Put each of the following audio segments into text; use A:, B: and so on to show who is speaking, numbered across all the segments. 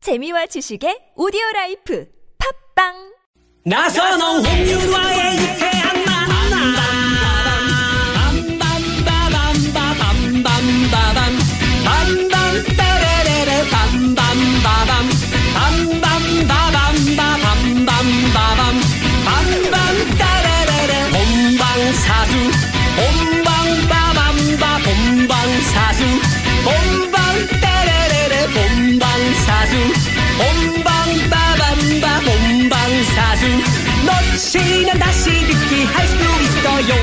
A: 재미와 지식의 오디오 라이프 팝빵
B: 나선홍 홍윤화의 유쾌한 만남 빰빰빠밤빠밤빰빰빠밤 빰빰따레레레 빰빰빠밤 빰빰빠밤빠밤빰빰빠밤 빰빰따레레레 본방사수 본방빠밤빠 본방사수 본방따레레레 본방사수 본방빠밤빠 본방사수 놓치면 다시 듣기 할 수 있어요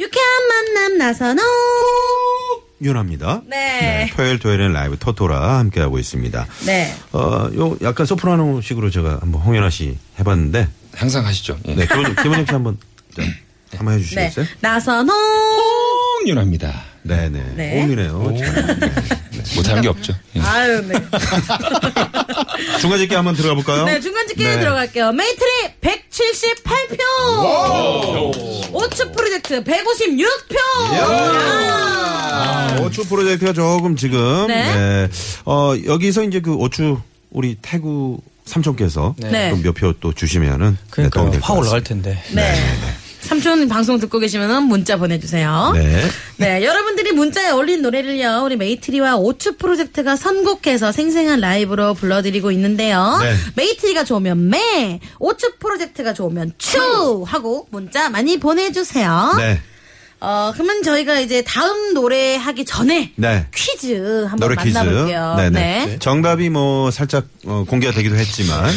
C: 유쾌한 만남 나선홍.
D: 윤합니다.
C: 네.
D: 토요일 토요일엔 라이브 토토라 함께하고 있습니다.
C: 네.
D: 어, 요 약간 소프라노 식으로 제가 한번 홍연아 씨 해봤는데
E: 항상 하시죠. 예.
D: 네, 김원- 김원영 씨 한번 자, 한번
C: 네.
D: 해주시겠어요?
C: 나선홍.
E: 홍윤아입니다.
D: 네, 네.
C: 네.
D: 홍이네요.
E: 못하는 게 없죠. 예.
C: 아유, 네.
D: 중간 집게 한번 들어가 볼까요?
C: 네, 중간 집계
D: 네.
C: 들어갈게요. 메이트리 178표. 오츠 프로젝트 156표.
D: 아, 어추 프로젝트가 조금 지금
C: 네.
D: 네. 어, 여기서 이제 그 어추 우리 태구 삼촌께서
C: 네.
D: 몇 표 또 주시면은 네,
F: 그러니까
D: 도움이 될것
F: 확 올라갈
D: 같습니다.
F: 텐데.
C: 네. 삼촌 방송 듣고 계시면 문자 보내주세요.
D: 네.
C: 네, 여러분들이 문자에 올린 노래를요, 우리 메이트리와 오츠 프로젝트가 선곡해서 생생한 라이브로 불러드리고 있는데요.
D: 네.
C: 메이트리가 좋으면 매, 오츠 프로젝트가 좋으면 추! 하고 문자 많이 보내주세요.
D: 네.
C: 어, 그러면 저희가 이제 다음 노래 하기 전에
D: 네.
C: 퀴즈 한번
D: 노래 퀴즈.
C: 만나볼게요.
D: 네네. 정답이 뭐 살짝 어, 공개가 되기도 했지만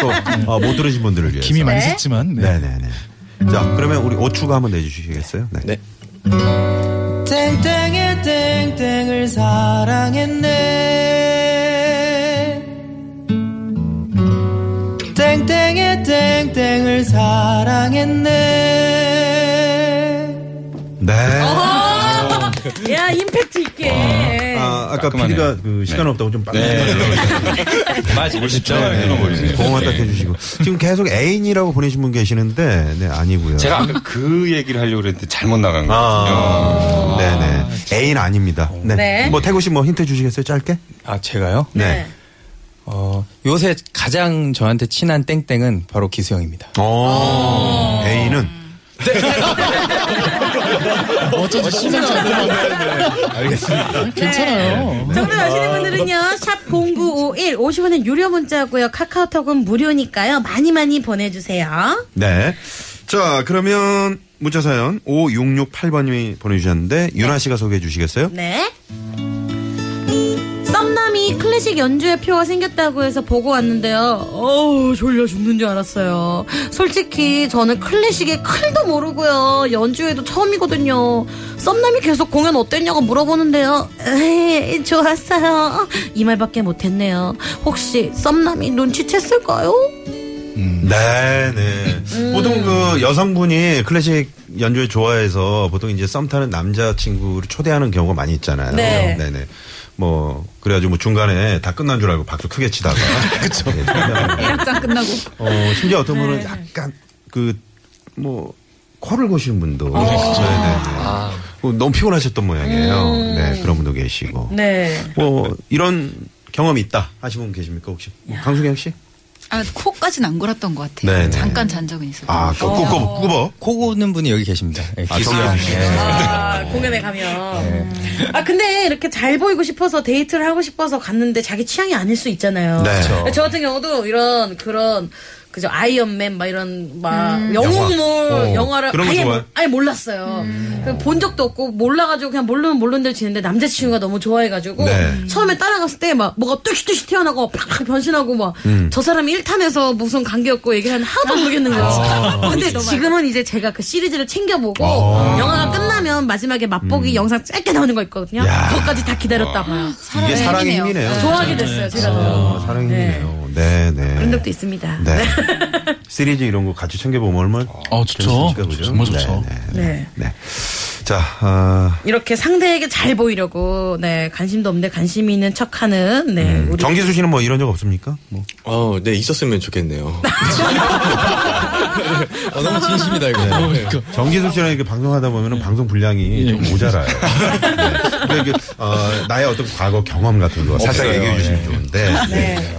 D: 또 어, 못 들으신 분들을 위해서.
G: 김이 많이
C: 네.
G: 샜지만 네.
D: 네네네. 자 그러면 우리 오추가 한번 내주시겠어요? 네.
B: 땡땡의 땡땡을 사랑했네 땡땡의 땡땡을 사랑했네
D: 네.
C: 야, 임팩트 있게.
D: 아, 아까
E: 깔끔하네요.
D: PD가 그 시간 없다고 좀 빡.
E: 말 지고 싶죠.
D: 네. 공원
E: 예.
D: 딱 해주시고 지금 계속 애인이라고 보내신 분 계시는데 네 아니고요.
E: 제가 아까 그 얘기를 하려고 그랬는데 잘못 나간 거예요.
D: 아, 네네 애인 아닙니다. 네.
C: 네.
D: 뭐 태구 씨 뭐 힌트 주시겠어요? 짧게?
F: 아 제가요?
D: 네.
F: 어 요새 가장 저한테 친한 땡땡은 바로 기수형입니다.
C: 어.
D: 오. 어. 애인은
G: 어쩐지 시간 잘 들어가네. 알겠습니다. 괜찮아요. 네.
C: 정답 아시는 분들은요, 샵0951, 50원은 유료 문자고요 카카오톡은 무료니까요, 많이 많이 보내주세요.
D: 네. 자, 그러면 문자 사연 5668번님이 보내주셨는데 윤아 씨가 소개해 주시겠어요?
C: 네. 썸남이 클래식 연주회 표가 생겼다고 해서 보고 왔는데요. 어우, 졸려 죽는 줄 알았어요. 솔직히 저는 클래식의 클도 모르고요. 연주회도 처음이거든요. 썸남이 계속 공연 어땠냐고 물어보는데요. 에이, 좋았어요. 이 말밖에 못했네요. 혹시 썸남이 눈치챘을까요?
D: 네, 네. 보통 그 여성분이 클래식 연주를 좋아해서 보통 이제 썸 타는 남자친구를 초대하는 경우가 많이 있잖아요.
C: 네.
D: 네뭐 그래가지고 뭐 중간에 다 끝난 줄 알고 박수 크게 치다가 그렇죠.
C: 딱 끝나고.
D: 어, 심지어 어떤 분은 약간 그 뭐 코를 고시는 분도 네, 네, 네. 어, 너무 피곤하셨던 모양이에요. 네, 그런 분도 계시고.
C: 네.
D: 뭐 이런 경험이 있다 하시는 분 계십니까 혹시? 강수경 씨?
H: 아, 코까지는 안 골았던 것 같아요.
D: 네네.
H: 잠깐 잔 적은 있었요
D: 아, 꼬- 꼬- 꼬버.
F: 코 고는 분이 여기 계십니다. 네,
D: 아,
F: 기수형.
D: 정답 씨.
F: 네.
C: 아, 공연에 가면. 아, 근데 이렇게 잘 보이고 싶어서 데이트를 하고 싶어서 갔는데 자기 취향이 아닐 수 있잖아요.
D: 네.
G: 그렇죠.
D: 그쵸.
C: 저 같은 경우도 이런, 그런, 그죠, 아이언맨, 막 이런, 막, 영웅물,
D: 어,
C: 영화. 를
D: 그런 거
C: 아예,
D: 좋아해?
C: 아예 몰랐어요. 그본 적도 없고, 몰라가지고 그냥 모르면 모르는 대로 지는데 남자친구가 너무 좋아해가지고,
D: 네.
C: 처음에 따라갔을 때 막, 뭐가 뚜시뚜시 튀어나고, 팍팍 변신하고, 막,
D: 음.
C: 저 사람이 1탄에서 무슨 관계였고, 얘기하는 하나도 모르겠는 거예요.
D: 아.
C: 근데 지금은 이제 제가 그 시리즈를 챙겨보고, 영화가 끝나면 마지막에 맛보기 영상 짧게 나오는 거 있거든요.
D: 음. 야.
C: 그것까지 다 기다렸다고요.
D: 이게 사랑의 힘이네요.
C: 좋아하게 됐어요, 제가 더.
D: 어, 사랑의 힘이네요. 네, 네.
C: 그런 적도 있습니다.
D: 네. 시리즈 이런 거 같이 챙겨보면 얼마나.
G: 어, 좋죠.
D: 재밌으니까, 그죠?
G: 정말 좋죠.
D: 네, 네.
C: 네.
D: 네. 자, 아,
C: 이렇게 상대에게 잘 보이려고, 네, 관심도 없는데 관심 있는 척 하는, 네,
D: 음,
C: 우리.
D: 정기수 씨는 뭐 이런 적 없습니까? 뭐.
I: 어, 네, 있었으면 좋겠네요.
J: 어, 너무 진심이다
F: 네.
J: 이거.
D: 정기수 씨랑 이렇게 방송하다 보면 은
I: 예.
D: 방송 분량이 좀 모자라요. 네. 근데 이게, 어, 나의 어떤 과거 경험 같은 거 살짝
I: 없어요.
D: 얘기해 주시면
I: 네.
D: 좋은데. 네.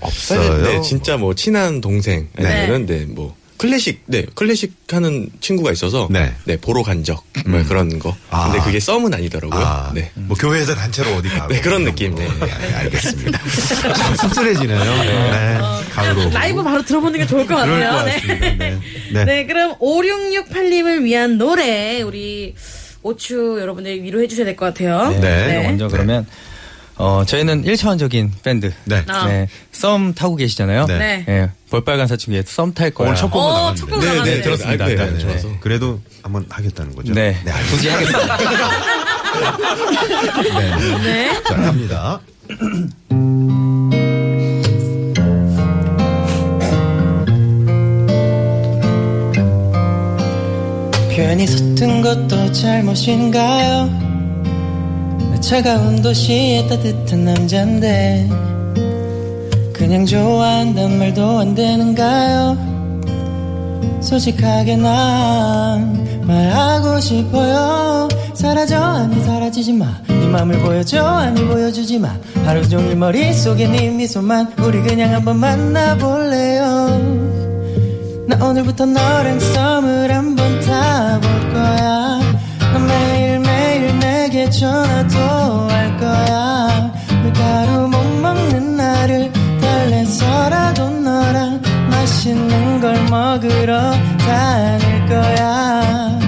D: 없어요.
I: 사실 네, 진짜 뭐 친한 동생 아니면은 네, 뭐 클래식 네 클래식 하는 친구가 있어서
D: 네.
I: 네, 보러 간 적 뭐 그런 거
D: 아.
I: 근데 그게 썸은 아니더라고요
D: 아,
I: 네.
D: 뭐 교회에서 단체로 어디 가고.
I: 네, 그런 느낌, 네.
D: 네, 알겠습니다. 참 씁쓸해지네요. 네. 가을로.
C: 라이브 바로 들어보는 게 좋을 것
D: 그럴
C: 같아요.
D: 것
C: 네.
D: 같습니다. 네.
C: 네.
D: 네.
C: 그럼 5668님을 위한 노래 우리 오추 여러분들이 위로해 주셔야 될 것 같아요.
D: 네.
J: 제가 먼저
D: 네.
J: 그러면 어, 저희는 1차원적인 밴드.
D: 네.
C: 아.
J: 썸 타고 계시잖아요.
D: 네.
C: 네.
J: 예, 볼빨간 사춘기에 썸 탈 거야.
D: 오늘 첫 곡으로
C: 어,
D: 나왔는데.
C: 첫 곡 나왔네요.
I: 네, 들었습니다. 네, 네, 좋아서.
D: 그래도 한번 하겠다는 거죠.
J: 네.
D: 네, 알겠습니다.
J: 굳이 하겠습니다.
D: 네. 자, 갑니다.
F: 괜히 서툰 것도 잘못인가요? 나 차가운 도시의 따뜻한 남잔데 그냥 좋아한단 말도 안 되는가요? 솔직하게 난 말하고 싶어요 사라져 아니 사라지지 마네 맘을 보여줘 아니 보여주지 마 하루 종일 머릿속에 네 미소만 우리 그냥 한번 만나볼래요 나 오늘부터 너랑 썸을 한번 타볼 거야 너 매일매일 내게 전화도 할 거야 밀가루 못 먹는 나를 달래서라도 너랑 맛있는 걸 먹으러 다닐 거야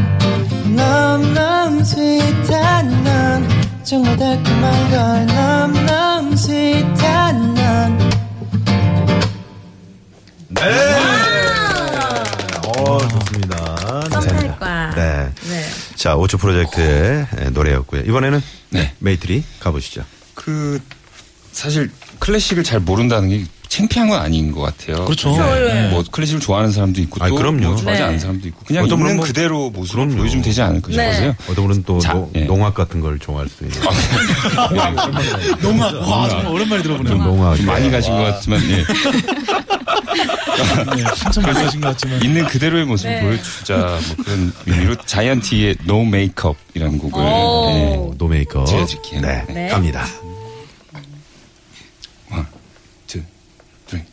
F: 넘넘 sweet한 넌 정말 달콤한 걸 넘넘 sweet한 넌
D: 어, 좋습니다. 감사합니다.
C: 과.
D: 네.
C: 네.
D: 자, 오초 프로젝트의 노래였고요. 이번에는 네. 메이트리 가보시죠.
E: 그 사실 클래식을 잘 모른다는 게 창피한 건 아닌 것 같아요.
K: 그렇죠.
E: 뭐 클래식을 좋아하는 사람도 있고 또
D: 아이, 그럼요.
E: 뭐 좋아하지
C: 네.
E: 않는 사람도 있고 그냥
D: 어떤 분은
E: 있는
D: 뭐-
E: 그대로 모습을
D: 그럼요.
E: 보여주면 되지 않을까
C: 네.
E: 싶어서요.
D: 어떤 분은 또
E: 자,
D: 노-
E: 예.
D: 농악 같은 걸 좋아할 수도 있는.
K: 농악. 와, 정말 오랜만에
D: 좀
K: 들어보네요.
D: 농악.
E: 좀 많이 가신 것 같지만 예.
K: 네, 한참 많이 하신 것 같지만.
E: 있는 그대로의 모습을
H: 네.
E: 보여주자 뭐 그런 의미로 자이언티의 No Makeup이라는 곡을 예.
D: 네.
C: 오.
D: 노메이커.
E: 재즈키.
D: 네.
C: 네.
D: 갑니다.
E: One, two, three.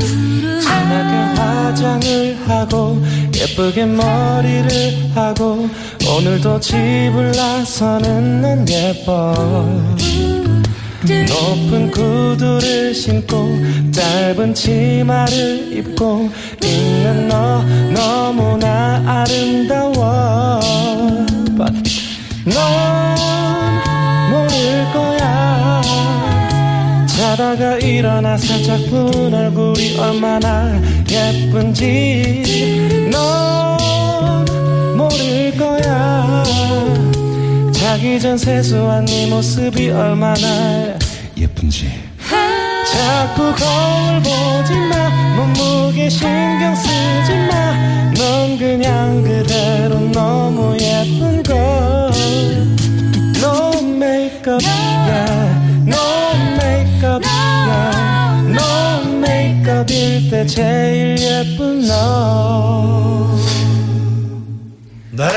F: 진하게 화장을 하고 예쁘게 머리를 하고 오늘도 집을 나서는 난 예뻐 높은 구두를 신고 짧은 치마를 입고 있는 너 너무나 아름다워 But 넌 모를 거야 자다가 일어나 살짝 본 얼굴이 얼마나 예쁜지 넌 모를 거야 자기 전 세수한 네 모습이 얼마나
E: 예쁜지.
F: 자꾸 거울 보지 마 몸무게 신경 쓰지 마넌 그냥 그대로 너무 예쁜 걸 No makeup이야 No makeup이야 No makeup일 때 제일 예쁜 너
D: 네.
C: 아.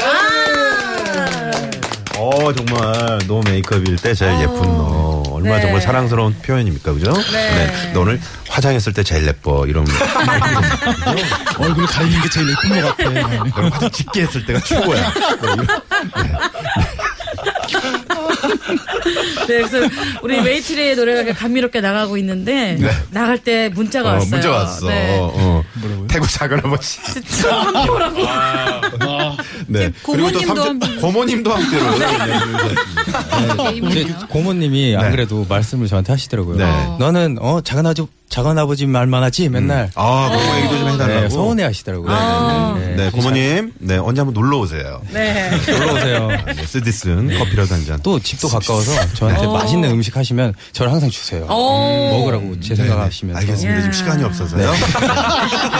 D: 어 정말 노 메이크업일 때 제일 예쁜 너 얼마 나
C: 어. 네.
D: 정말 사랑스러운 표현입니까 그죠? 네. 너 오늘 화장했을 때 제일 예뻐 이런
K: 얼굴 가리는 게 제일 예쁜 것 같아.
D: 네. 그런 화장 짙게 했을 때가 최고야.
C: 네, 그래서 우리 메이트리의 노래가 이렇게 감미롭게 나가고 있는데 나갈 때 문자가
D: 네. 어,
C: 왔어요.
D: 문자 왔어.
C: 네.
D: 어. 태국 작은 아버지. 네. 그리고
L: 고모님도
D: 또 삼촌-
L: 한
D: 고모님도 함께로.
L: 게임이네요.
J: 이제 고모님이 안
D: 네.
J: 그래도 말씀을 저한테 하시더라고요.
D: 네.
J: 너는 어 작은 아주
F: 작은 아버지 말만 하지 맨날.
D: 아, 그런 얘기도 좀 해달라고.
F: 네, 서운해 하시더라고요.
D: 네, 부모님, 네, 언제 한번 놀러 오세요.
C: 네.
F: 놀러 오세요.
D: 네, 쓰디슨 커피라도 한 잔.
F: 또 집도 가까워서 저한테 맛있는 음식 하시면 저를 항상 주세요.
C: 오.
F: 먹으라고 제 생각하시면서.
D: 네, 알겠습니다. 지금 시간이 없어서요.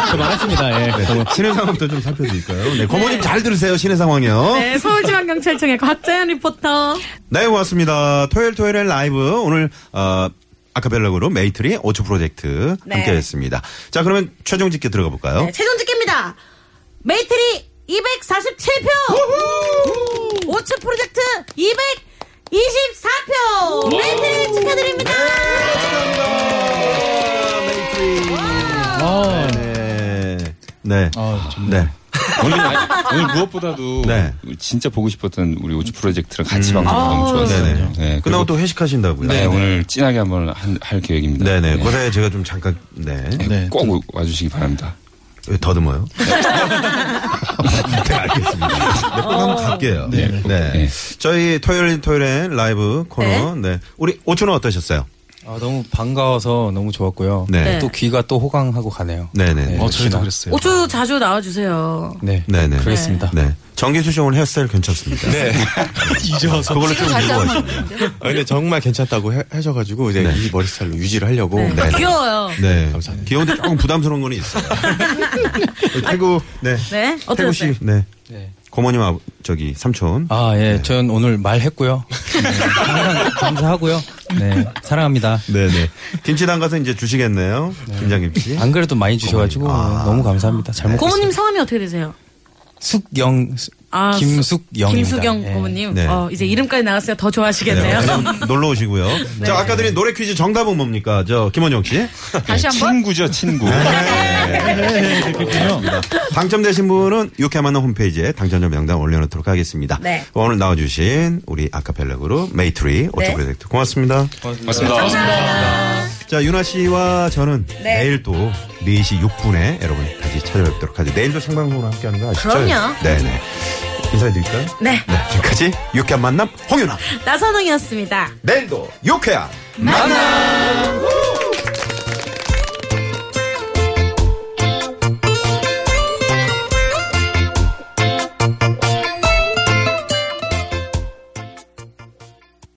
F: 저 말했습니다. 예.
D: 네, 신의 네. 상황부터 좀 살펴드릴까요? 네, 고모님 잘 들으세요, 신의 상황이요.
C: 네, 서울지방경찰청의 곽자연 리포터.
D: 네, 고맙습니다. 토요일 토요일엔 라이브. 오늘, 어, 아카벨라그룹 메이트리 5초 프로젝트
C: 네.
D: 함께 했습니다. 자, 그러면 최종 집계 들어가 볼까요?
C: 네, 최종 집계입니다. 메이트리 247표. 오츠 프로젝트 224표. 메이트리 축하드립니다.
F: 아,
D: 네. 네.
F: 아, 정말.
D: 네.
E: 오늘, 아니, 오늘 무엇보다도
D: 네.
E: 진짜 보고 싶었던 우리 오츠 프로젝트랑 같이 방송 너무
H: 아,
E: 좋았어요.
D: 네네. 끝나고 또 회식하신다고요?
E: 음. 네, 오늘 진하게 한번 한- 할 계획입니다.
D: 네네.
E: 네.
D: 고사에 제가 좀 잠깐, 네.
E: 네, 꼭 오- 와주시기 바랍니다.
D: 왜 더듬어요? 네, 알겠습니다. 네, 꼭 한번 갈게요. 네.
E: 네.
D: 저희 토요일 토요일엔 라이브 코너. 네. 우리 오초는 어떠셨어요?
F: 아, 너무 반가워서 너무 좋았고요.
D: 네.
F: 또 귀가 또 호강하고 가네요.
D: 네네.
F: 네,
G: 어, 저희도
F: 역시나.
I: 아,
G: 그랬어요.
C: 오주 자주 나와주세요.
F: 네.
D: 네네.
F: 그랬습니다.
D: 네. 정기수 씨 오늘 헤어스타일 괜찮습니다. 네.
G: 이제 와서.
D: 그걸로 좀
H: 다시
D: 밀고 하시죠.
H: 한번
I: 아, 근데 정말 괜찮다고 해, 하셔가지고 이제
F: 네.
I: 이 머리 스타일로 유지를 하려고
D: 네.
C: 아, 귀여워요.
D: 네.
I: 감사합니다.
D: 귀여운데 조금 부담스러운 건 있어요. 태구, 네.
C: 네,
D: 태구
C: 어떠셨어요?
D: 씨, 네.
F: 네.
D: 고모님, 아, 저기, 삼촌.
F: 아, 예. 전 오늘 말했고요. 네, 항상 감사하고요. 네. 사랑합니다.
D: 네네. 김치당 가서 이제 주시겠네요. 김장김치.
F: 안 그래도 많이 주셔가지고
D: 아.
F: 너무 감사합니다. 잘 먹고
C: 고모님
F: 있어요.
C: 성함이 어떻게 되세요?
F: 숙영 수-
C: 아,
F: 김숙영입니다.
C: 김수경
F: 예.
C: 고모님.
D: 네.
C: 어, 이제 이름까지 나왔어요. 더 좋아하시겠네요.
D: 놀러 오시고요.
F: 네.
D: 자, 아까 드린 노래 퀴즈 정답은 뭡니까? 저, 김원영 씨.
H: 다시 한번
E: 친구죠, 친구.
D: 당첨되신 분은 유쾌한 만남 홈페이지에 당첨자 명단 올려놓도록 하겠습니다.
C: 네.
D: 오늘 나와주신 우리 아카펠라 그룹 메이트리 오토
C: 네.
D: 프로젝트 고맙습니다.
E: 맞습니다.
D: 자, 윤아 씨와 저는
C: 네.
D: 내일 또 4시 6분에 여러분 다시 찾아뵙도록 하죠. 내일도 생방송으로 함께 하는 거 아시죠?
C: 그럼요.
D: 네네. 인사해드릴까요?
C: 네.
D: 네. 지금까지 유쾌한 만남 홍윤아.
C: 나선홍이었습니다.
D: 내일도 유쾌한
C: 만나!
D: 만남!